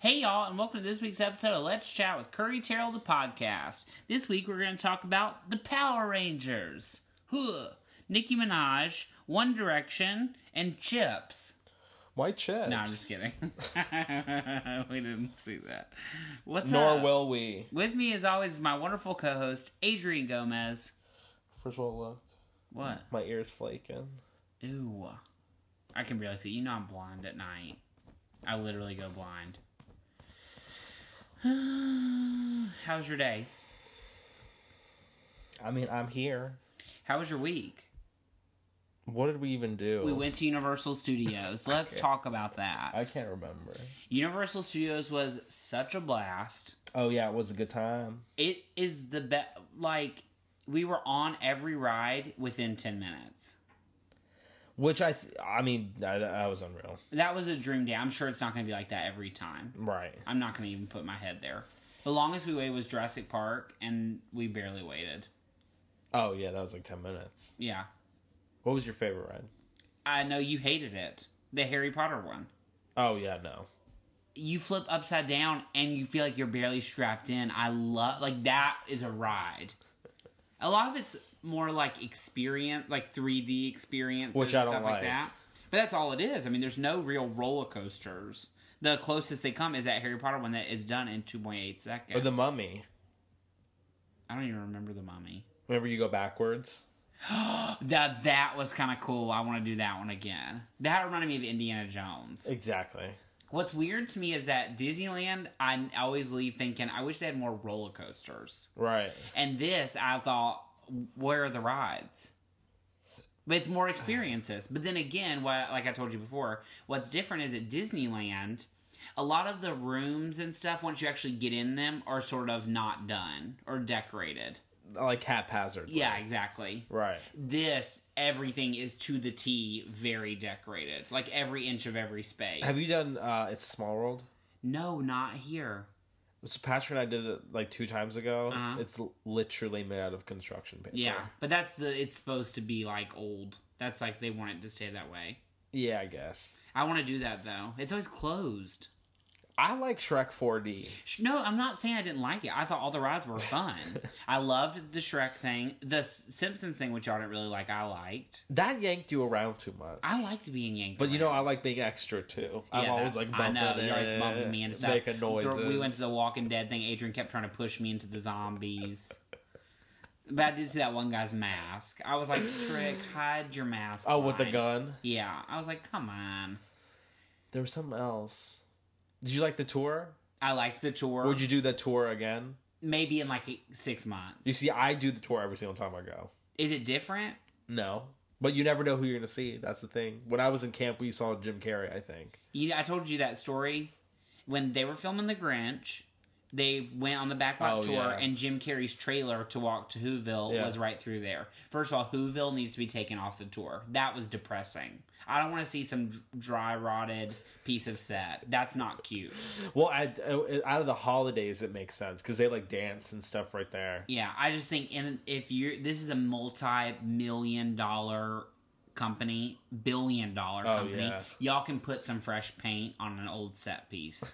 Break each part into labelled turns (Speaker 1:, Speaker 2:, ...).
Speaker 1: Hey, y'all, and welcome to this week's episode of Let's Chat with Curry Terrell, the podcast. This week, we're going to talk about the Power Rangers, huh. Nicki Minaj, One Direction, and Chips.
Speaker 2: Why chips?
Speaker 1: No, I'm just kidding. we didn't see that. What's
Speaker 2: Nor
Speaker 1: up?
Speaker 2: will we.
Speaker 1: With me, as always, is my wonderful co host, Adrian Gomez.
Speaker 2: First of all, look,
Speaker 1: What?
Speaker 2: my ear's flaking.
Speaker 1: Ooh. I can barely see. You know I'm blind at night. I literally go blind. How's your day?
Speaker 2: I mean, I'm here.
Speaker 1: How was your week?
Speaker 2: What did we even do?
Speaker 1: We went to Universal Studios. Let's talk about that.
Speaker 2: I can't remember.
Speaker 1: Universal Studios was such a blast.
Speaker 2: Oh yeah, it was a good time.
Speaker 1: It is the best. Like, we were on every ride within 10 minutes.
Speaker 2: Which I, th- I mean, I, that was unreal.
Speaker 1: That was a dream day. I'm sure it's not going to be like that every time.
Speaker 2: Right.
Speaker 1: I'm not going to even put my head there. The longest we waited was Jurassic Park, and we barely waited.
Speaker 2: Oh yeah, that was like ten minutes.
Speaker 1: Yeah.
Speaker 2: What was your favorite ride?
Speaker 1: I know you hated it. The Harry Potter one.
Speaker 2: Oh yeah, no.
Speaker 1: You flip upside down and you feel like you're barely strapped in. I love like that is a ride. A lot of it's more like experience, like 3D experience,
Speaker 2: Which I
Speaker 1: and
Speaker 2: don't
Speaker 1: stuff like.
Speaker 2: like.
Speaker 1: that. But that's all it is. I mean, there's no real roller coasters. The closest they come is that Harry Potter one that is done in 2.8 seconds.
Speaker 2: Or the Mummy.
Speaker 1: I don't even remember the mummy.
Speaker 2: Remember, you go backwards.
Speaker 1: That that was kind of cool. I want to do that one again. That reminded me of Indiana Jones.
Speaker 2: Exactly.
Speaker 1: What's weird to me is that Disneyland, I always leave thinking, I wish they had more roller coasters.
Speaker 2: Right.
Speaker 1: And this, I thought, where are the rides? But it's more experiences. But then again, what like I told you before, what's different is at Disneyland, a lot of the rooms and stuff, once you actually get in them, are sort of not done or decorated.
Speaker 2: Like haphazard.
Speaker 1: Yeah, exactly.
Speaker 2: Right.
Speaker 1: This everything is to the T very decorated, like every inch of every space.
Speaker 2: Have you done? uh It's a Small World.
Speaker 1: No, not here.
Speaker 2: So Pastor and I did it like two times ago.
Speaker 1: Uh-huh.
Speaker 2: It's l- literally made out of construction paper.
Speaker 1: Yeah, but that's the it's supposed to be like old. That's like they want it to stay that way.
Speaker 2: Yeah, I guess.
Speaker 1: I want to do that though. It's always closed.
Speaker 2: I like Shrek 4D.
Speaker 1: Sh- No, I'm not saying I didn't like it. I thought all the rides were fun. I loved the Shrek thing, the S- Simpsons thing, which I didn't really like. I liked.
Speaker 2: That yanked you around too much.
Speaker 1: I liked being yanked.
Speaker 2: But you know,
Speaker 1: around.
Speaker 2: I like being extra too. I'm
Speaker 1: Yeah,
Speaker 2: always
Speaker 1: that-
Speaker 2: like bumping.
Speaker 1: I know you're always
Speaker 2: it,
Speaker 1: bumping me and stuff.
Speaker 2: Making noises.
Speaker 1: Th- We went to the Walking Dead thing. Adrian kept trying to push me into the zombies. But I did see that one guy's mask. I was like, Trick, hide your mask.
Speaker 2: oh with the
Speaker 1: line."
Speaker 2: gun.
Speaker 1: Yeah, I was like, come on.
Speaker 2: There was something else. Did you like the tour?
Speaker 1: I liked the tour.
Speaker 2: Would you do the tour again?
Speaker 1: Maybe in like six months.
Speaker 2: You see, I do the tour every single time I go.
Speaker 1: Is it different?
Speaker 2: No, but you never know who you're gonna see. That's the thing. When I was in camp, we saw Jim Carrey. I think.
Speaker 1: You, I told you that story when they were filming The Grinch. They went on the backlot
Speaker 2: Oh,
Speaker 1: tour,
Speaker 2: yeah.
Speaker 1: and Jim Carrey's trailer to walk to Whoville
Speaker 2: Yeah.
Speaker 1: was right through there. First of all, Whoville needs to be taken off the tour. That was depressing. I don't want to see some d- dry, rotted piece of set. That's not cute.
Speaker 2: Well, I, I- out of the holidays, it makes sense because they like dance and stuff right there.
Speaker 1: Yeah, I just think in, if you're this is a multi-million dollar company, billion dollar
Speaker 2: Oh,
Speaker 1: company,
Speaker 2: yeah.
Speaker 1: y'all can put some fresh paint on an old set piece.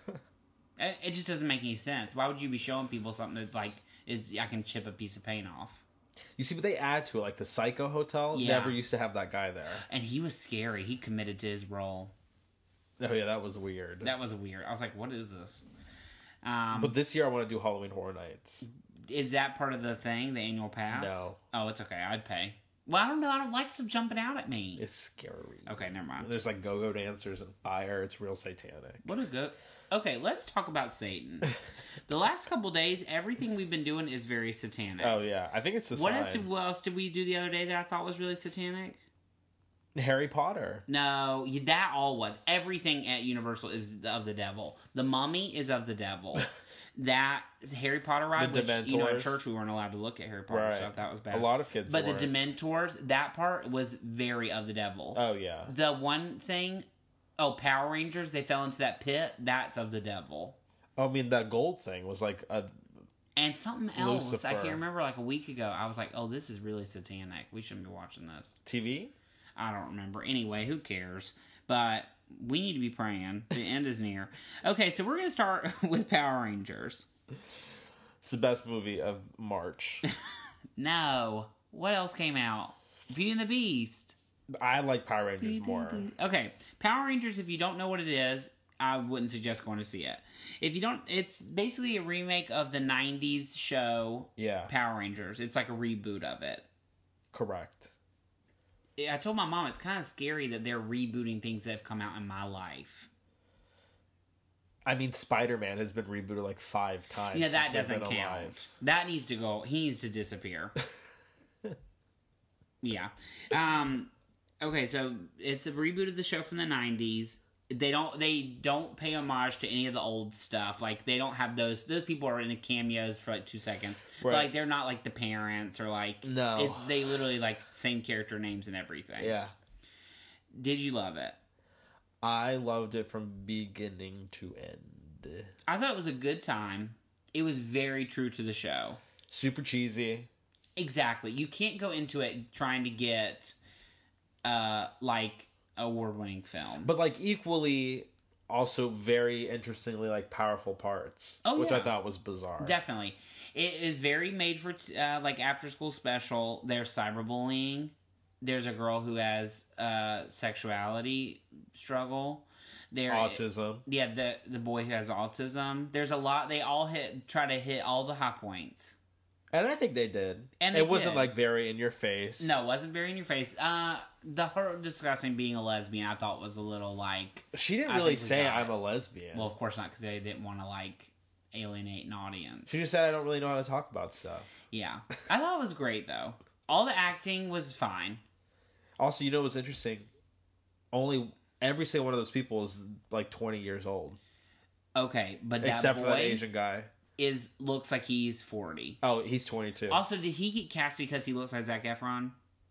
Speaker 1: it, it just doesn't make any sense. Why would you be showing people something that like is I can chip a piece of paint off?
Speaker 2: You see, but they add to it. Like the Psycho Hotel
Speaker 1: Yeah.
Speaker 2: never used to have that guy there.
Speaker 1: And he was scary. He committed to his role.
Speaker 2: Oh yeah, that was weird.
Speaker 1: That was weird. I was like, what is this? Um,
Speaker 2: But this year I want to do Halloween Horror Nights.
Speaker 1: is that part of the thing, the annual pass?
Speaker 2: No.
Speaker 1: Oh, it's okay. I'd pay. Well, I don't know. I don't like stuff jumping out at me.
Speaker 2: It's scary.
Speaker 1: okay, never mind.
Speaker 2: There's like go-go dancers and fire. It's real satanic.
Speaker 1: What a good. Okay, let's talk about Satan. the last couple days, everything we've been doing is very satanic.
Speaker 2: Oh yeah, I think it's the
Speaker 1: what
Speaker 2: sign.
Speaker 1: else? Did, what else did we do the other day that I thought was really satanic?
Speaker 2: Harry Potter.
Speaker 1: No, you- that all was everything at Universal is of the devil. The Mummy is of the devil. that Harry Potter ride,
Speaker 2: The
Speaker 1: which you know, at
Speaker 2: Dementors.
Speaker 1: church we weren't allowed to look at Harry Potter
Speaker 2: Right.
Speaker 1: stuff. That was bad.
Speaker 2: A lot of kids.
Speaker 1: but the
Speaker 2: weren't.
Speaker 1: Dementors, that part was very of the devil.
Speaker 2: oh yeah,
Speaker 1: the one thing, oh Power Rangers, they fell into that pit. That's of the devil.
Speaker 2: I mean that gold thing was like a.
Speaker 1: And something else I can't
Speaker 2: Lucifer.
Speaker 1: remember. Like a week ago, I was like, "Oh, this is really satanic. We shouldn't be watching this."
Speaker 2: TV?
Speaker 1: I don't remember. Anyway, who cares? But we need to be praying. The end is near. Okay, so we're going to start with Power Rangers.
Speaker 2: It's the best movie of March.
Speaker 1: No. What else came out? Beauty and the Beast.
Speaker 2: I like Power Rangers more.
Speaker 1: Okay, Power Rangers. If you don't know what it is, I wouldn't suggest going to see it. If you don't, it's basically a remake of the '90s show
Speaker 2: Yeah,
Speaker 1: Power Rangers. It's like a reboot of it.
Speaker 2: correct.
Speaker 1: Yeah, I told my mom it's kind of scary that they're rebooting things that have come out in my life.
Speaker 2: I mean, Spider Man has been rebooted like five times.
Speaker 1: Yeah,
Speaker 2: since
Speaker 1: that
Speaker 2: we've
Speaker 1: doesn't
Speaker 2: been
Speaker 1: count.
Speaker 2: alive.
Speaker 1: That needs to go. He needs to disappear. yeah. Um, okay, so it's a reboot of the show from the '90s. They don't. They don't pay homage to any of the old stuff. Like they don't have those. Those people are in the cameos for like two seconds. But
Speaker 2: Right.
Speaker 1: like they're not like the parents or like
Speaker 2: No.
Speaker 1: It's they literally like same character names and everything.
Speaker 2: Yeah,
Speaker 1: Did you love it?
Speaker 2: I loved it from beginning to end.
Speaker 1: I thought it was a good time. It was very true to the show.
Speaker 2: Super cheesy.
Speaker 1: Exactly. You can't go into it trying to get uh like award winning film.
Speaker 2: but like equally also very interestingly like powerful parts
Speaker 1: Oh,
Speaker 2: which i
Speaker 1: yeah.
Speaker 2: thought was bizarre
Speaker 1: Definitely. It is very made for t- uh, like after school special. There's cyberbullying. There's a girl who has uh sexuality struggle. There
Speaker 2: autism
Speaker 1: yeah, the the boy who has autism. There's a lot they all hit try to hit all the high points.
Speaker 2: and i think they did
Speaker 1: And
Speaker 2: and
Speaker 1: they
Speaker 2: it wasn't
Speaker 1: did.
Speaker 2: like very in your face
Speaker 1: No, it wasn't very in your face. Uh the her discussing being a lesbian I thought was a little like
Speaker 2: she
Speaker 1: I
Speaker 2: didn't really
Speaker 1: think we
Speaker 2: say
Speaker 1: got it.
Speaker 2: i'm a lesbian
Speaker 1: Well, of course not, because they didn't want to like alienate an audience.
Speaker 2: she just said i don't really know how to talk about stuff
Speaker 1: yeah, I thought it was great though. All the acting was fine.
Speaker 2: also you know what's interesting only every single one of those people is like 20 years old
Speaker 1: Okay, but that
Speaker 2: except
Speaker 1: boy
Speaker 2: for that asian guy
Speaker 1: is looks like he's forty.
Speaker 2: oh he's 22
Speaker 1: Also, did he get cast because he looks like Zac Efron?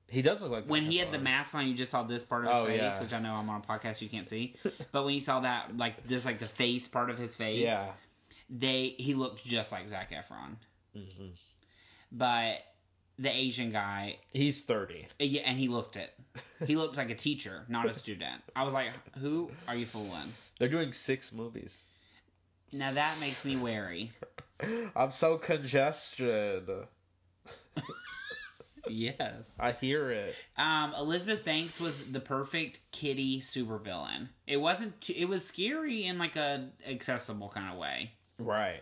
Speaker 2: he does look like
Speaker 1: When
Speaker 2: Zac
Speaker 1: he had the
Speaker 2: Efron.
Speaker 1: mask on, you just saw this part of his
Speaker 2: Oh,
Speaker 1: face,
Speaker 2: yeah.
Speaker 1: which I know I'm on a podcast, you can't see. but when you saw that, like just like the face part of his face,
Speaker 2: yeah
Speaker 1: they he looked just like Zac Efron.
Speaker 2: hmm
Speaker 1: But the Asian guy
Speaker 2: he's 30
Speaker 1: Yeah, and he looked it. He looked like a teacher, not a student. I was like, "Who are you fooling?"
Speaker 2: they're doing six movies
Speaker 1: Now that makes me wary.
Speaker 2: i'm so congested
Speaker 1: Yes.
Speaker 2: I hear it.
Speaker 1: Um, Elizabeth Banks was the perfect kitty supervillain. It wasn't. Too, it was scary in like a accessible kind of way.
Speaker 2: Right.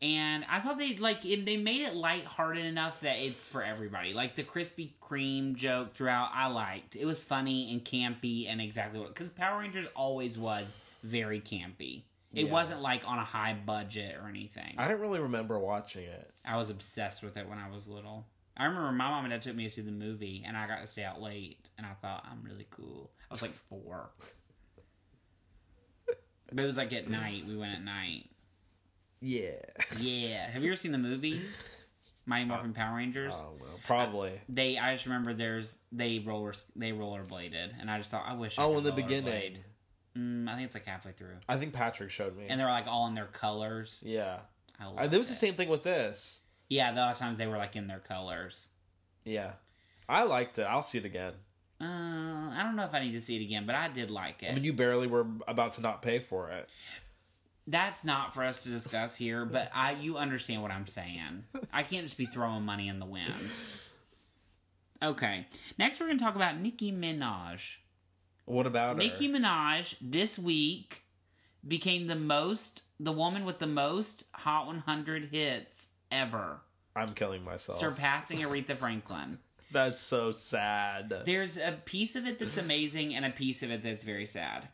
Speaker 1: And I thought they like it, they made it lighthearted enough that it's for everybody. Like the Krispy Kreme joke throughout, I liked. It was funny and campy and exactly what because Power Rangers always was very campy. It
Speaker 2: Yeah.
Speaker 1: wasn't like on a high budget or anything.
Speaker 2: I don't really remember watching it.
Speaker 1: I was obsessed with it when I was little. I remember my mom and dad took me to see the movie, and I got to stay out late, and I thought I'm really cool. I was like four, but it was like at night. We went at night.
Speaker 2: Yeah.
Speaker 1: Yeah. Have you ever seen the movie Mighty
Speaker 2: Uh,
Speaker 1: Morphin Power Rangers?
Speaker 2: Oh, Probably.
Speaker 1: They, I just remember there's they roller they rollerbladed, and I just thought I wish. I
Speaker 2: Oh,
Speaker 1: could
Speaker 2: in the
Speaker 1: rollerblade.
Speaker 2: beginning.
Speaker 1: Mm, I think it's like halfway through,
Speaker 2: I think Patrick showed me.
Speaker 1: and they're like all in their colors.
Speaker 2: yeah.
Speaker 1: I
Speaker 2: I,
Speaker 1: loved
Speaker 2: it Uh, was the
Speaker 1: it.
Speaker 2: same thing with this.
Speaker 1: Yeah, the other times they were like in their colors.
Speaker 2: Yeah. I liked it. I'll see it again.
Speaker 1: Uh, I don't know if I need to see it again, but I did like it.
Speaker 2: I mean, you barely were about to not pay for it.
Speaker 1: That's not for us to discuss here, but I you understand what I'm saying. I can't just be throwing money in the wind. Okay. Next we're going to talk about Nicki Minaj.
Speaker 2: What about
Speaker 1: Nicki
Speaker 2: her?
Speaker 1: Minaj this week became the most the woman with the most Hot 100 hits ever,
Speaker 2: I'm killing myself.
Speaker 1: surpassing Aretha Franklin.
Speaker 2: That's so sad.
Speaker 1: There's a piece of it that's amazing and a piece of it that's very sad.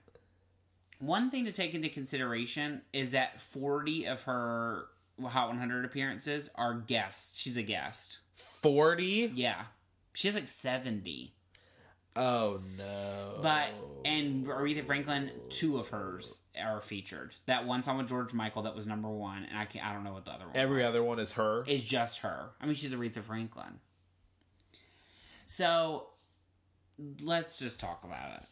Speaker 1: One thing to take into consideration is that 40 of her Hot 100 appearances are guests. She's a guest.
Speaker 2: 40?
Speaker 1: Yeah. She has like 70.
Speaker 2: Oh, no.
Speaker 1: But,
Speaker 2: Oh.
Speaker 1: and Aretha Franklin, two of hers are featured. That one song with George Michael that was number one, and I can't, I don't know what the other one
Speaker 2: Every
Speaker 1: was.
Speaker 2: other one is her.
Speaker 1: is just her. I mean, she's Aretha Franklin. So let's just talk about it.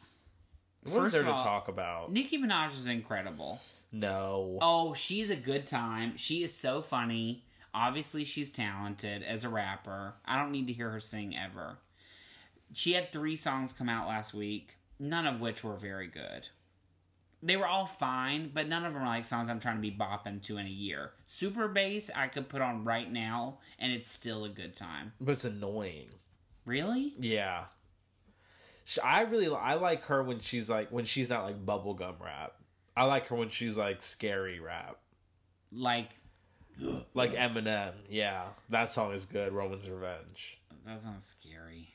Speaker 2: What is
Speaker 1: first
Speaker 2: there
Speaker 1: of
Speaker 2: to
Speaker 1: all-
Speaker 2: talk about?
Speaker 1: Nicki Minaj is incredible.
Speaker 2: No.
Speaker 1: Oh, she's a good time. She is so funny. Obviously, she's talented as a rapper. I don't need to hear her sing ever. She had three songs come out last week, none of which were very good. they were all fine, but none of them are like songs I'm trying to be bopping to in a year. Super bass I could put on right now and it's still a good time.
Speaker 2: but it's annoying.
Speaker 1: Really?
Speaker 2: Yeah. Sh- I really li- I like her when she's like when she's not like bubblegum rap. I like her when she's like scary rap.
Speaker 1: Like
Speaker 2: Like Eminem. Yeah. That song is good, Roman's Revenge.
Speaker 1: That sounds scary.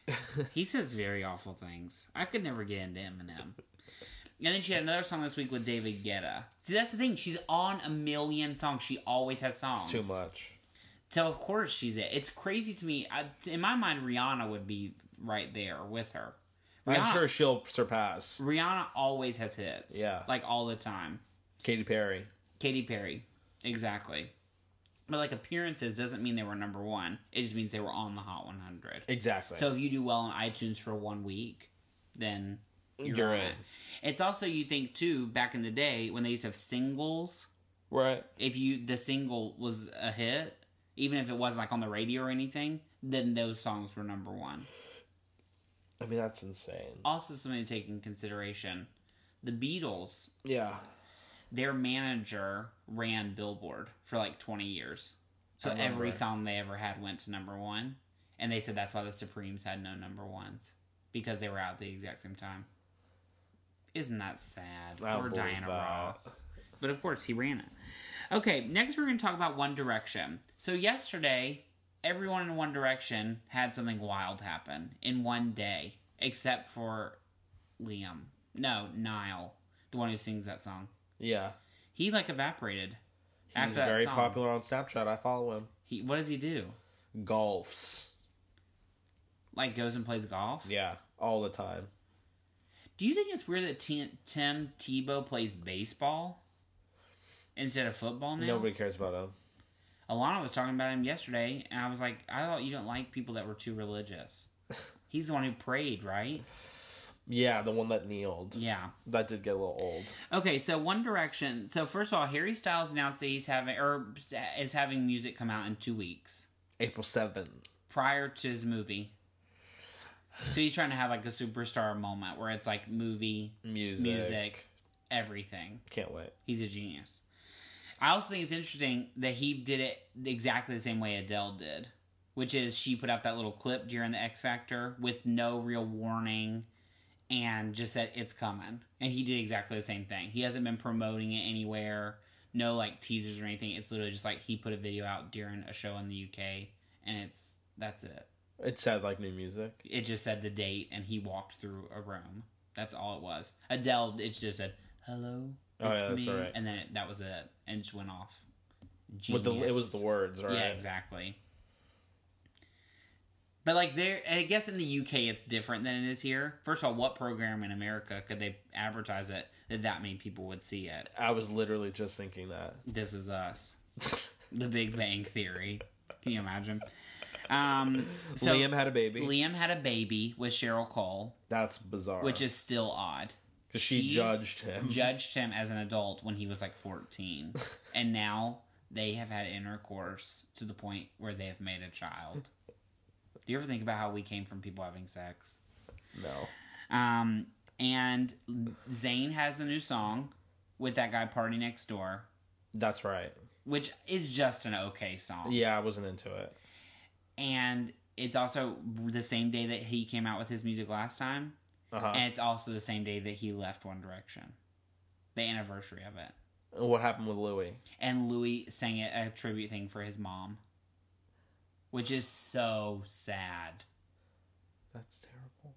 Speaker 1: he says very awful things. I could never get into Eminem. And then she had another song this week with David Guetta. See, that's the thing. She's on a million songs. She always has songs.
Speaker 2: Too much.
Speaker 1: So of course she's it. It's crazy to me. I, in my mind, Rihanna would be right there with her. Rihanna,
Speaker 2: I'm sure she'll surpass
Speaker 1: Rihanna always has hits.
Speaker 2: Yeah.
Speaker 1: like all the time.
Speaker 2: Katy Perry.
Speaker 1: Katy Perry, exactly. But like appearances doesn't mean they were number one. It just means they were on the Hot 100.
Speaker 2: Exactly.
Speaker 1: So if you do well on iTunes for one week, then you're,
Speaker 2: You're
Speaker 1: on
Speaker 2: in.
Speaker 1: it. It's also you think too back in the day when they used to have singles.
Speaker 2: right.
Speaker 1: If you the single was a hit, even if it wasn't like on the radio or anything, then those songs were number one.
Speaker 2: I mean that's insane.
Speaker 1: Also, something to take in consideration: the Beatles,
Speaker 2: Yeah.
Speaker 1: their manager ran Billboard for like twenty years, so
Speaker 2: I remember.
Speaker 1: every song they ever had went to number one, and they said that's why the Supremes had no number ones because they were out at the exact same time. Isn't that sad?
Speaker 2: I
Speaker 1: Or
Speaker 2: believe
Speaker 1: Diana
Speaker 2: that.
Speaker 1: Ross. But of course, he ran it. Okay, next we're going to talk about One Direction. So, yesterday, everyone in One Direction had something wild happen in one day, except for Liam. No, Niall, the one who sings that song.
Speaker 2: Yeah.
Speaker 1: He like evaporated.
Speaker 2: He's
Speaker 1: After that
Speaker 2: very
Speaker 1: song.
Speaker 2: popular on Snapchat. I follow him.
Speaker 1: He, what does he do?
Speaker 2: Golfs.
Speaker 1: Like goes and plays golf?
Speaker 2: Yeah. All the time.
Speaker 1: Do you think it's weird that Tim, Tim Tebow plays baseball instead of football now?
Speaker 2: Nobody cares about him.
Speaker 1: Alana was talking about him yesterday, and I was like, I thought you didn't like people that were too religious. He's the one who prayed, right?
Speaker 2: Yeah, the one that kneeled.
Speaker 1: Yeah.
Speaker 2: That did get a little old.
Speaker 1: Okay, so One Direction. So first of all, Harry Styles announced that he's having or is having music come out in two weeks
Speaker 2: April 7th.
Speaker 1: prior to his movie. So he's trying to have like a superstar moment where it's like movie,
Speaker 2: Music.
Speaker 1: music, everything.
Speaker 2: Can't wait.
Speaker 1: He's a genius. I also think it's interesting that he did it exactly the same way Adele did, which is she put up that little clip during the X Factor with no real warning and just said, it's coming. And he did exactly the same thing. He hasn't been promoting it anywhere, no like teasers or anything. It's literally just like he put a video out during a show in the UK and it's that's it.
Speaker 2: It said like new music.
Speaker 1: It just said the date and he walked through a room. That's all it was. Adele, it just said, hello,
Speaker 2: Oh, yeah,
Speaker 1: it's
Speaker 2: that's
Speaker 1: me.
Speaker 2: all right.
Speaker 1: And then it, that was it. And it just went off.
Speaker 2: With the, it was
Speaker 1: Genius.
Speaker 2: the words, right?
Speaker 1: Yeah, exactly. But like there, I guess in the UK it's different than it is here. First of all, what program in America could they advertise it that that many people would see it?
Speaker 2: I was literally just thinking that.
Speaker 1: This is us, The Big Bang Theory. Can you imagine? Um, so
Speaker 2: Liam had a baby.
Speaker 1: Liam had a baby with Cheryl Cole,
Speaker 2: That's bizarre.
Speaker 1: which is still odd.
Speaker 2: 'Cause she,
Speaker 1: she-
Speaker 2: judged him.
Speaker 1: judged him as an adult when he was like 14 and now they have had intercourse to the point where they have made a child do you ever think about how we came from people having sex
Speaker 2: no.
Speaker 1: um and zayn has a new song with that guy party next door
Speaker 2: That's right.
Speaker 1: which is just an okay song
Speaker 2: Yeah, I wasn't into it.
Speaker 1: and it's also the same day that he came out with his music last time
Speaker 2: Uh-huh.
Speaker 1: and it's also the same day that he left one direction the anniversary of it
Speaker 2: what happened with Louis?
Speaker 1: and Louis sang it a tribute thing for his mom, which is so sad.
Speaker 2: That's terrible.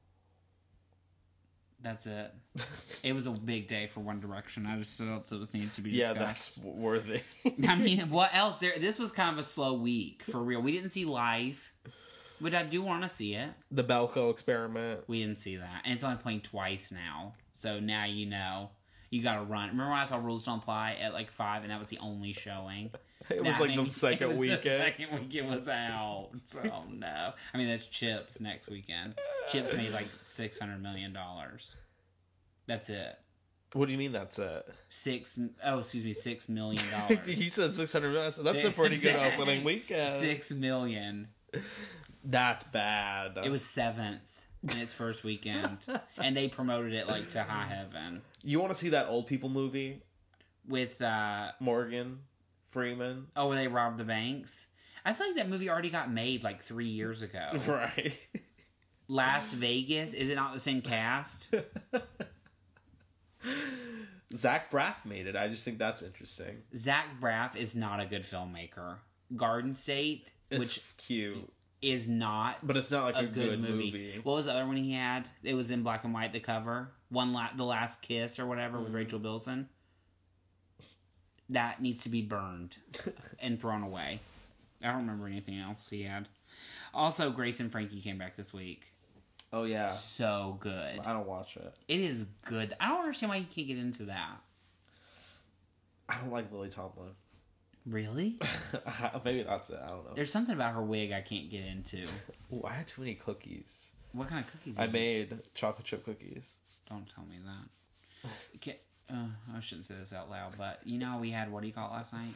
Speaker 1: That's it. It was a big day for One Direction. I just felt it was needed to be
Speaker 2: yeah,
Speaker 1: discussed.
Speaker 2: that's w- worthy.
Speaker 1: I mean, what else? There, this was kind of a slow week for real. We didn't see live, but I do want to see it.
Speaker 2: the Belko experiment.
Speaker 1: We didn't see that, and it's only playing twice now. So now you know you got to run. Remember when I saw Rules Don't Apply at like five, and that was the only showing.
Speaker 2: It was
Speaker 1: Nah,
Speaker 2: like
Speaker 1: maybe-
Speaker 2: the second
Speaker 1: it was
Speaker 2: weekend.
Speaker 1: The second week it was out. Oh no! I mean, that's Chips next weekend. Chips made like six hundred million dollars. That's it.
Speaker 2: What do you mean that's it?
Speaker 1: Six. Oh, excuse me, six million dollars.
Speaker 2: you said 600 million. I said, that's a pretty good
Speaker 1: Dang.
Speaker 2: opening weekend.
Speaker 1: Six million.
Speaker 2: That's bad.
Speaker 1: It was seventh in its first weekend, and they promoted it like to high heaven.
Speaker 2: You want to see that old people movie,
Speaker 1: with uh
Speaker 2: Morgan Freeman?
Speaker 1: oh, where they robbed the banks. I feel like that movie already got made like three years ago.
Speaker 2: Right.
Speaker 1: Last Vegas is it not the same cast?
Speaker 2: Zach Braff made it. I just think that's interesting.
Speaker 1: Zach Braff is not a good filmmaker. Garden State,
Speaker 2: It's
Speaker 1: which
Speaker 2: cute,
Speaker 1: is not
Speaker 2: but it's not like
Speaker 1: a,
Speaker 2: a,
Speaker 1: good, movie. What was the other one he had? It was in black and white. The cover one, la- the last kiss or whatever,
Speaker 2: Mm-hmm.
Speaker 1: with Rachel Bilson. That needs to be burned and thrown away. I don't remember anything else he had. Also, Grace and Frankie came back this week.
Speaker 2: Oh yeah,
Speaker 1: So good.
Speaker 2: I don't watch it.
Speaker 1: It is good. I don't understand why you can't get into that.
Speaker 2: I don't like Lily Tomlin.
Speaker 1: Really?
Speaker 2: Maybe that's it. I don't know.
Speaker 1: There's something about her wig I can't get into.
Speaker 2: Ooh, I had too many cookies.
Speaker 1: What kind of cookies?
Speaker 2: I
Speaker 1: is it?
Speaker 2: made chocolate chip cookies.
Speaker 1: Don't tell me that. Ca- uh, I shouldn't say this out loud, but you know we had what do you call it last night?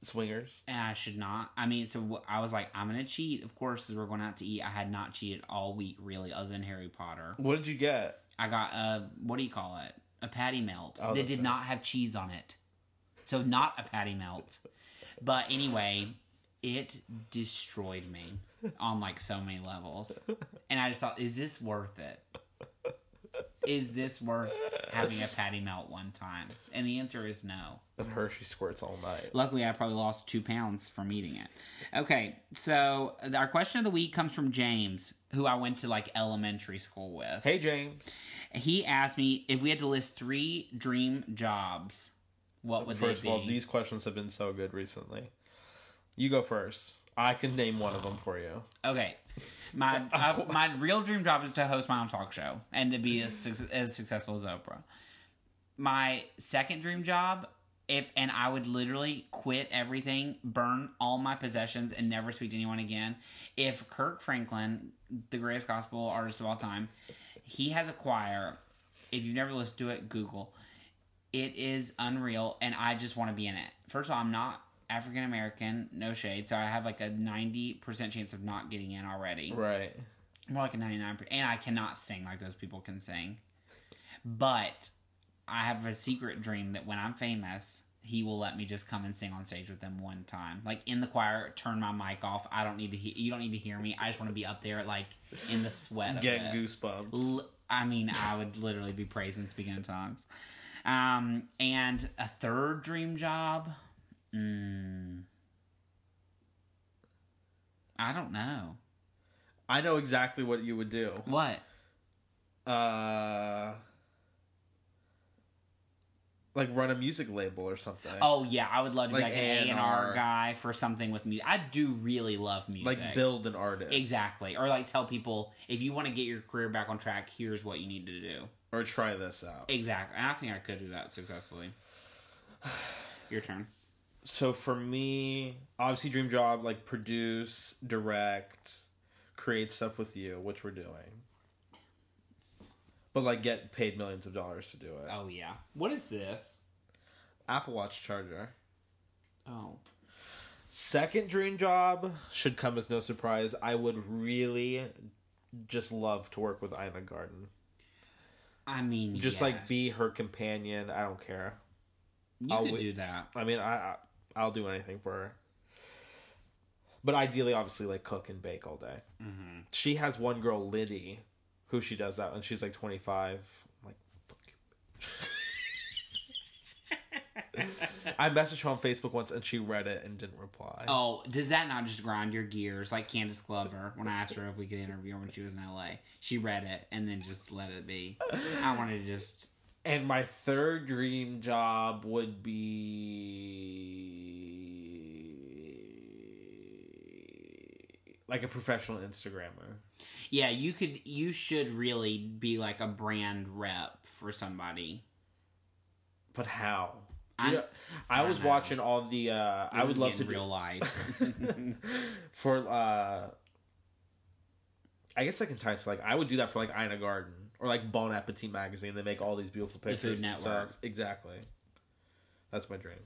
Speaker 2: Swingers.
Speaker 1: And I should not. I mean, so wh- I was like, I'm gonna cheat, of course, because we're going out to eat. I had not cheated all week, really, other than Harry Potter.
Speaker 2: What did you get?
Speaker 1: I got a what do you call it? A patty melt
Speaker 2: Oh,
Speaker 1: that
Speaker 2: that's
Speaker 1: did
Speaker 2: right.
Speaker 1: not have cheese on it, so not a patty melt. But anyway, it destroyed me on like so many levels, and I just thought, is this worth it? Is this worth having a patty melt one time? And the answer is no.
Speaker 2: And Hershey squirts all night.
Speaker 1: Luckily, I probably lost two pounds from eating it. Okay, so our question of the week comes from James, who I went to like elementary school with.
Speaker 2: Hey James.
Speaker 1: He asked me if we had to list three dream jobs, what would
Speaker 2: First
Speaker 1: they
Speaker 2: of
Speaker 1: be?
Speaker 2: all, these questions have been so good recently. You go first. I can name one of them for you.
Speaker 1: okay, my I, my real dream job is to host my own talk show and to be as suc- as successful as Oprah. My second dream job, if and I would literally quit everything, burn all my possessions, and never speak to anyone again. If Kirk Franklin, the greatest gospel artist of all time, he has a choir. If you've never listened to it, Google. It is unreal, and I just want to be in it. First of all, I'm not African American, no shade, so I have like a 90% chance of not getting in already.
Speaker 2: Right.
Speaker 1: More like a 99%. And I cannot sing like those people can sing. But I have a secret dream that when I'm famous, he will let me just come and sing on stage with them one time. Like in the choir, turn my mic off. I don't need to hear you don't need to hear me. I just want to be up there like in the sweat of
Speaker 2: Getting
Speaker 1: it.
Speaker 2: goosebumps.
Speaker 1: L- I mean, I would literally be praising speaking in tongues. Um, and a third dream job. Mm, I don't know
Speaker 2: I know exactly what you would do.
Speaker 1: what.
Speaker 2: Uh like run a music label or something.
Speaker 1: Oh yeah, I would love to be
Speaker 2: Like
Speaker 1: like an A and R
Speaker 2: A&R.
Speaker 1: guy for something with music. I do really love
Speaker 2: like
Speaker 1: music.
Speaker 2: build an artist.
Speaker 1: exactly, or like tell people if you want to get your career back on track, here's what you need to do.
Speaker 2: Or try this out.
Speaker 1: Exactly, and I think I could do that successfully. Your turn.
Speaker 2: So for me, obviously dream job like produce, direct, create stuff with you, which we're doing. But like get paid millions of dollars to do it.
Speaker 1: Oh yeah, what is this?
Speaker 2: Apple Watch charger.
Speaker 1: Oh,
Speaker 2: Second dream job should come as no surprise. I would really just love to work with Ina Garden.
Speaker 1: I mean,
Speaker 2: Just like be
Speaker 1: yes.
Speaker 2: her companion. I don't care.
Speaker 1: You
Speaker 2: I'll
Speaker 1: could
Speaker 2: wait.
Speaker 1: do that.
Speaker 2: I mean, I, I I'll do anything for her. But ideally, obviously, like cook and bake all day.
Speaker 1: Mhm.
Speaker 2: She has one girl, Liddy, who she does that, and she's like twenty five. Like, fuck you. bitch. I messaged her on Facebook once, and she read it and didn't reply.
Speaker 1: Oh, does that not just grind your gears like Candace Glover when I asked her if we could interview her when she was in LA? She read it and then just let it be. I wanted to just
Speaker 2: And my third dream job would be like a professional Instagrammer.
Speaker 1: Yeah, you could you should really be like a brand rep for somebody.
Speaker 2: But how?
Speaker 1: I'm-
Speaker 2: You know, I
Speaker 1: I
Speaker 2: was
Speaker 1: know.
Speaker 2: watching all the. Uh, I
Speaker 1: This
Speaker 2: would
Speaker 1: is
Speaker 2: love to
Speaker 1: getting
Speaker 2: do
Speaker 1: real life.
Speaker 2: for. Uh, I guess I can tie it to like I would do that for like Ina Garden or like Bon Appetit magazine. They make all these beautiful
Speaker 1: Food
Speaker 2: pictures. and
Speaker 1: Network.
Speaker 2: stuff. Exactly. That's my dream.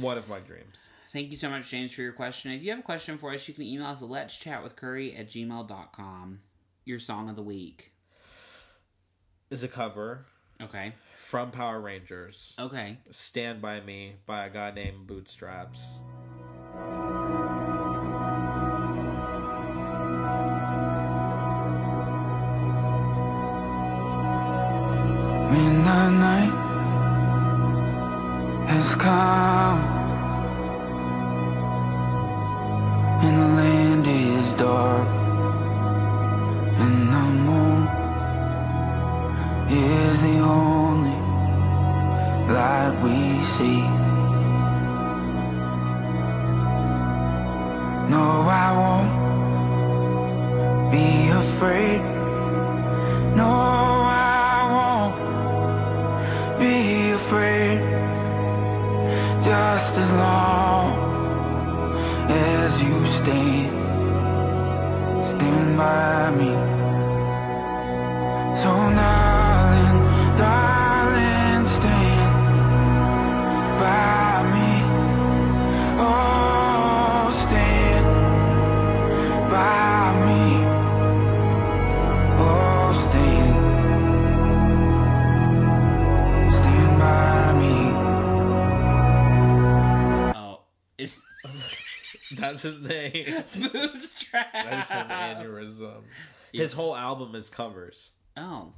Speaker 2: One of my dreams.
Speaker 1: Thank you so much, James, for your question. If you have a question for us, you can email us at let's chat with curry at gmail.com. Your song of the week.
Speaker 2: Is a cover
Speaker 1: Okay.
Speaker 2: from Power Rangers.
Speaker 1: Okay.
Speaker 2: Stand by Me by a guy named Bootstraps.
Speaker 3: Midnight night has come, and the land is dark, and the moon is the only light we see. No, I won't be afraid. No, I won't be afraid just as long as you stand stand by me so darling darling stand by me oh stand by me oh stand Stand by me.
Speaker 1: Oh, it's
Speaker 2: That's his name. I just had an
Speaker 1: bootstrap.
Speaker 2: aneurysm. His whole album is covers.
Speaker 1: Oh.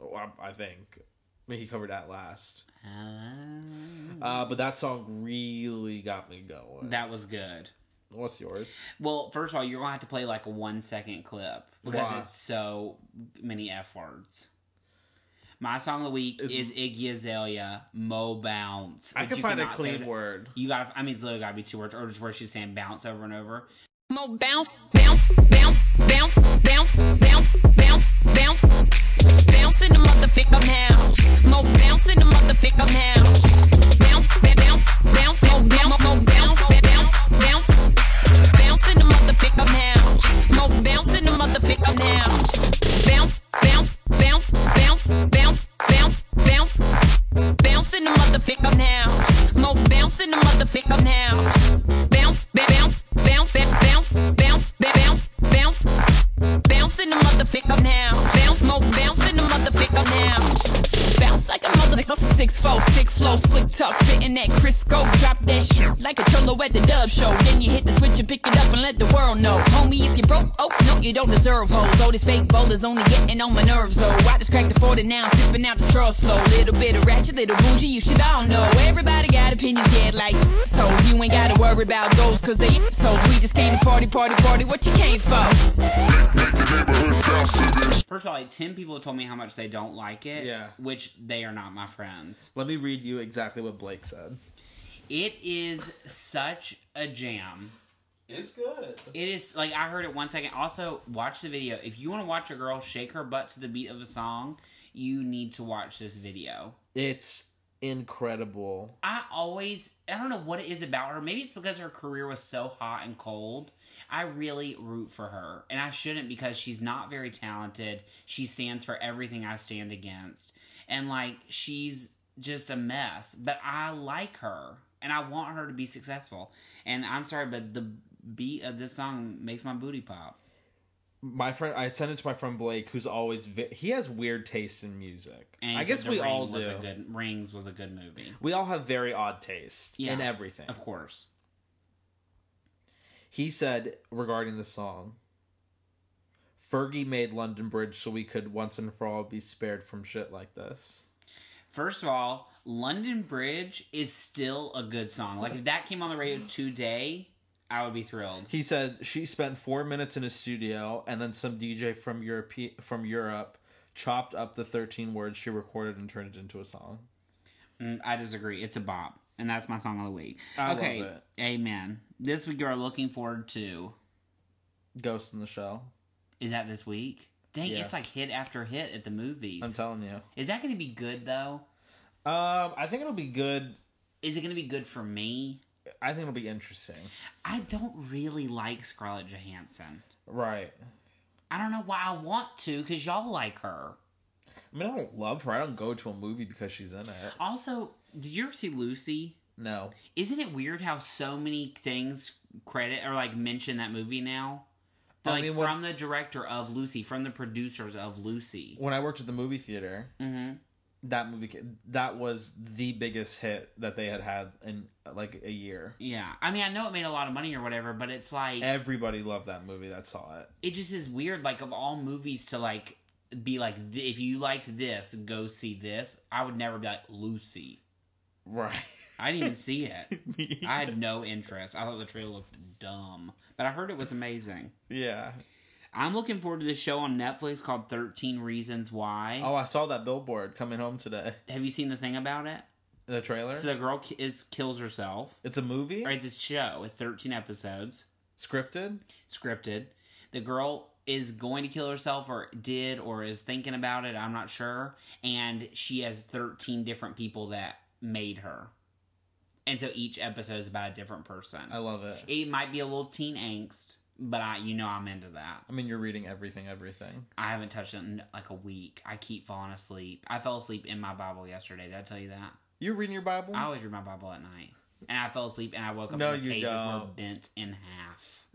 Speaker 2: Oh, I- I think. I mean, he covered that last.
Speaker 1: Um,
Speaker 2: Uh, but that song really got me going.
Speaker 1: that was good.
Speaker 2: What's yours?
Speaker 1: Well, first of all, you're gonna have to play like a one second clip because
Speaker 2: Why?
Speaker 1: it's so many f words. My song of the week
Speaker 2: Is-
Speaker 1: is, Iggy Azalea "Mo Bounce."
Speaker 2: I
Speaker 1: but
Speaker 2: can
Speaker 1: you
Speaker 2: find a
Speaker 1: cannot say
Speaker 2: clean
Speaker 1: that-
Speaker 2: word.
Speaker 1: You got. to I mean, it's literally got to be two words, or just where she's saying "bounce" over and over.
Speaker 4: Mo bounce, bounce, bounce, bounce, bounce, bounce, bounce, bounce. Bounce in the motherfucking house. Mo bounce in the motherfucking house. Bounce, ba- bounce, bounce, mo bounce, mo bounce, ba- bounce, bounce. Bounce in the motherfucking house. Mo bounce in the motherfucking house. Bounce, bounce, bounce, bounce, bounce, bounce, bounce. Bounce in the motherfucking house. Mo bounce in the motherfucking house. Bounce, ba- bounce, bounce, ba- bounce, bounce, ba- bounce, bounce. Bounce in the motherfucker now. Bounce, mo, bounce in the motherfucker now. Bounce like a motherfucker. Six, four, six flow, slick talk, spitting that Crisco. Drop that shit like a cholo at the dub show. Then you hit the switch and pick it up and let the world know. Homie, if you broke, oh no, you don't deserve hoes. All this fake bowlers only getting on my nerves though. I just cracked the 40 now, sipping out the straw slow. Little bit of ratchet, little bougie, you should all know. Everybody got opinions, yeah, like so. You ain't gotta worry about those, cause they so. We just came to party, party, party. What you came for?
Speaker 1: First of all, like ten people told me how much they don't like it.
Speaker 2: Yeah.
Speaker 1: which they are not my friends.
Speaker 2: Let me read you exactly what Blake said.
Speaker 1: It is such a jam.
Speaker 2: It's good.
Speaker 1: It is like I heard it one second. Also, watch the video. If you want to watch a girl shake her butt to the beat of a song, you need to watch this video.
Speaker 2: It's incredible.
Speaker 1: I always I don't know what it is about her. Maybe it's because her career was so hot and cold. I really root for her. And I shouldn't because she's not very talented. She stands for everything I stand against. And like she's just a mess, but I like her and I want her to be successful. And I'm sorry but the beat of this song makes my booty pop.
Speaker 2: My friend, I sent it to my friend Blake, who's always vi- he has weird taste in music.
Speaker 1: And
Speaker 2: I
Speaker 1: he said
Speaker 2: guess
Speaker 1: The
Speaker 2: we
Speaker 1: Ring
Speaker 2: all do.
Speaker 1: was a good Rings was a good movie.
Speaker 2: we all have very odd taste in
Speaker 1: Yeah.
Speaker 2: everything.
Speaker 1: Of course.
Speaker 2: He said regarding the song, Fergie made London Bridge so we could once and for all be spared from shit like this.
Speaker 1: First of all, London Bridge is still a good song. Like if that came on the radio today, I would be thrilled.
Speaker 2: He said she spent four minutes in a studio, and then some DJ from Europe from Europe chopped up the thirteen words she recorded and turned it into a song.
Speaker 1: Mm, I disagree. It's a bop, and that's my song of the week.
Speaker 2: I love it.
Speaker 1: amen. This week you are looking forward to.
Speaker 2: Ghost in the Shell.
Speaker 1: Is that this week? Dang,
Speaker 2: Yeah.
Speaker 1: it's like hit after hit at the movies.
Speaker 2: I'm telling you.
Speaker 1: is that going to be good though?
Speaker 2: Um, I think it'll be good.
Speaker 1: Is it going to be good for me?
Speaker 2: I think it'll be interesting.
Speaker 1: I don't really like Scarlett Johansson.
Speaker 2: Right.
Speaker 1: I don't know why I want to because y'all like her.
Speaker 2: I mean, I don't love her. I don't go to a movie because she's in it.
Speaker 1: Also, did you ever see Lucy?
Speaker 2: No.
Speaker 1: Isn't it weird how so many things credit or like mention that movie now?
Speaker 2: I
Speaker 1: Like
Speaker 2: mean, when-
Speaker 1: from the director of Lucy, from the producers of Lucy.
Speaker 2: When I worked at the movie theater,
Speaker 1: Mhm.
Speaker 2: that movie ca- that was the biggest hit that they had had in like a year.
Speaker 1: Yeah. I mean, I know it made a lot of money or whatever, but it's like
Speaker 2: Everybody loved that movie that saw it.
Speaker 1: it just is weird like of all movies to like be like "Th- if you like this, go see this. I would never be like Lucy.
Speaker 2: Right.
Speaker 1: I didn't even see it. I had no interest. I thought the trailer looked dumb, but I heard it was amazing.
Speaker 2: yeah.
Speaker 1: I'm looking forward to this show on Netflix called 13 Reasons Why.
Speaker 2: Oh, I saw that billboard coming home today.
Speaker 1: Have you seen the thing about it?
Speaker 2: The trailer.
Speaker 1: So the girl ki- is kills herself.
Speaker 2: It's a movie
Speaker 1: Or it's a show. It's 13 episodes,
Speaker 2: scripted.
Speaker 1: scripted. The girl is going to kill herself or did or is thinking about it, I'm not sure, and she has 13 different people that made her. And so each episode is about a different person.
Speaker 2: I love it.
Speaker 1: It might be a little teen angst, but I you know I'm into that.
Speaker 2: I mean, you're reading everything, everything.
Speaker 1: I haven't touched it in like a week. I keep falling asleep. I fell asleep in my Bible yesterday. Did I tell you that?
Speaker 2: You're reading your Bible.
Speaker 1: I always read my Bible at night. And I fell asleep and I woke up
Speaker 2: No,
Speaker 1: and the
Speaker 2: you
Speaker 1: pages were
Speaker 2: don't.
Speaker 1: bent in half.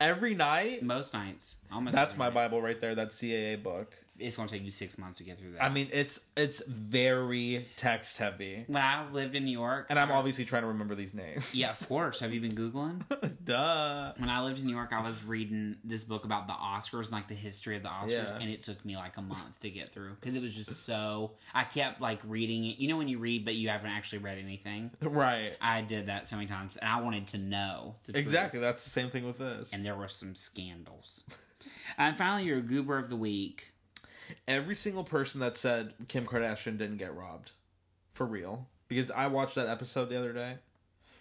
Speaker 2: Every night.
Speaker 1: Most nights. Almost
Speaker 2: That's
Speaker 1: every
Speaker 2: my
Speaker 1: night.
Speaker 2: Bible right there. That CAA book.
Speaker 1: It's gonna take you six months to get through that.
Speaker 2: I mean, it's it's very text heavy,
Speaker 1: when I lived in New York
Speaker 2: and I'm obviously trying to remember these names.
Speaker 1: Mm-hmm. Yeah, of course. Have you been Googling?
Speaker 2: Duh.
Speaker 1: when I lived in New York, I was reading this book about the Oscars and like the history of the Oscars,
Speaker 2: Yeah.
Speaker 1: and it took me like a month to get through because it was just so. I kept like reading it. You know when you read, but you haven't actually read anything.
Speaker 2: Right.
Speaker 1: I did that so many times, and I wanted to know the truth.
Speaker 2: Exactly. That's the same thing with this.
Speaker 1: And there were some scandals. and finally, your goober of the week.
Speaker 2: every single person that said Kim Kardashian didn't get robbed, for real, because I watched that episode the other day.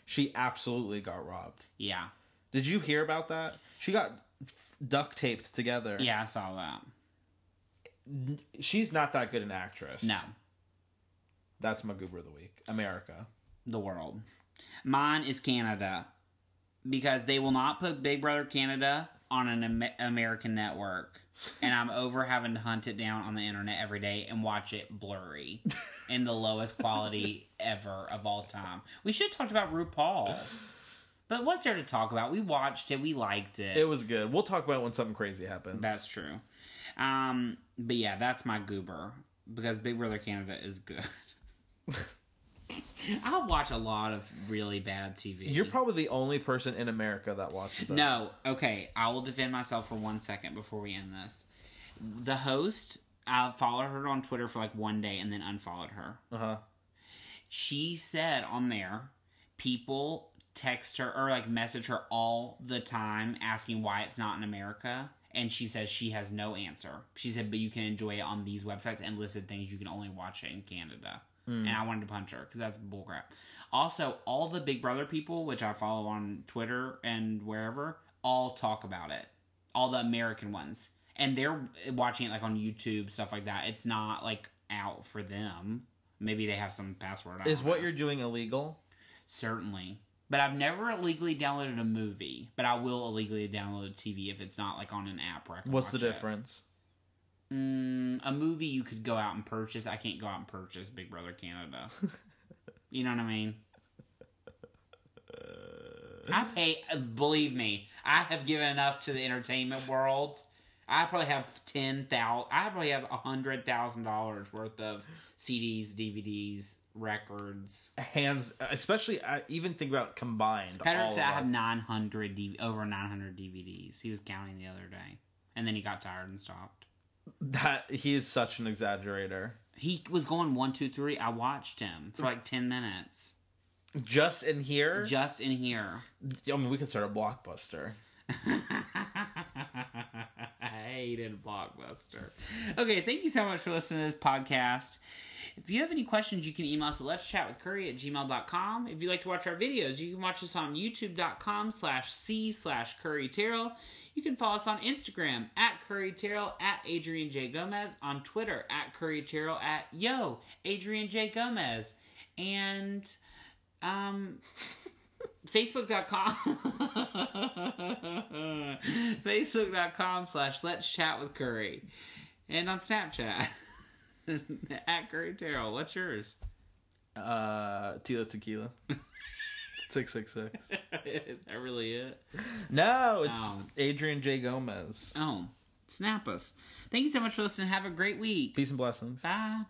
Speaker 2: She absolutely got robbed.
Speaker 1: Yeah,
Speaker 2: Did you hear about that? She got f- duct taped together.
Speaker 1: yeah, I saw that.
Speaker 2: She's not that good an actress.
Speaker 1: No,
Speaker 2: That's my goober of the week. America.
Speaker 1: the world. Mine is Canada because they will not put Big Brother Canada on an Amer- American network. And I'm over having to hunt it down on the internet every day and watch it blurry in the lowest quality ever of all time. We should have talked about RuPaul. But what's there to talk about? We watched it, we liked it.
Speaker 2: It was good. We'll talk about it when something crazy happens.
Speaker 1: That's true. Um, but yeah, that's my goober because Big Brother Canada is good. I watch a lot of really bad TV.
Speaker 2: You're probably the only person in America that watches that.
Speaker 1: no okay. I will defend myself for one second before we end this. The host, I followed her on Twitter for like one day and then unfollowed her.
Speaker 2: Uh huh.
Speaker 1: She said on there, people text her or like message her all the time asking why it's not in America. And she says she has no answer. She said, but you can enjoy it on these websites and listed things. You can only watch it in Canada.
Speaker 2: Hmm.
Speaker 1: And I wanted to punch her because that's bullcrap. Also, all the Big Brother people, which I follow on Twitter and wherever, all talk about it. All the American ones. And they're watching it like on YouTube, stuff like that. It's not like out for them. Maybe they have some password. I
Speaker 2: Is
Speaker 1: don't know.
Speaker 2: what you're doing illegal?
Speaker 1: Certainly. But I've never illegally downloaded a movie, but I will illegally download TV if it's not like on an app where I can
Speaker 2: What's the
Speaker 1: watch it.
Speaker 2: difference?
Speaker 1: Mm, a movie you could go out and purchase. I can't go out and purchase Big Brother Canada. you know what I mean? I pay. uh, Believe me, I have given enough to the entertainment world. I probably have ten thousand. I probably have a hundred thousand dollars worth of CDs, DVDs, records.
Speaker 2: Hands, especially I even think about combined. all
Speaker 1: Patrick
Speaker 2: of
Speaker 1: said I
Speaker 2: us.
Speaker 1: have 900 D- over 900 DVDs. He was counting the other day, and then he got tired and stopped.
Speaker 2: That he is such an exaggerator.
Speaker 1: He was going one, two, three. I watched him
Speaker 2: Mm.
Speaker 1: for like 10 minutes
Speaker 2: Just in here,
Speaker 1: just in here.
Speaker 2: I mean, we could start a blockbuster.
Speaker 1: I hated Blockbuster. Okay, thank you so much for listening to this podcast. If you have any questions, you can email us at let's chat with curry at gmail.com. If you'd like to watch our videos, you can watch us on youtube.com slash C slash curry terrell. You can follow us on Instagram at curry terrell at Adrian J. Gomez, on Twitter at curry terrell at yo, Adrian J. Gomez. And um facebook.com facebook.com slash let's chat with curry and on snapchat at curry terrell what's yours
Speaker 2: Uh, Tila Tequila. Six six six.
Speaker 1: is that really it
Speaker 2: No, it's
Speaker 1: Oh.
Speaker 2: Adrian J Gomez.
Speaker 1: um, oh snap us thank you so much for listening have a great week
Speaker 2: Peace and blessings.
Speaker 1: bye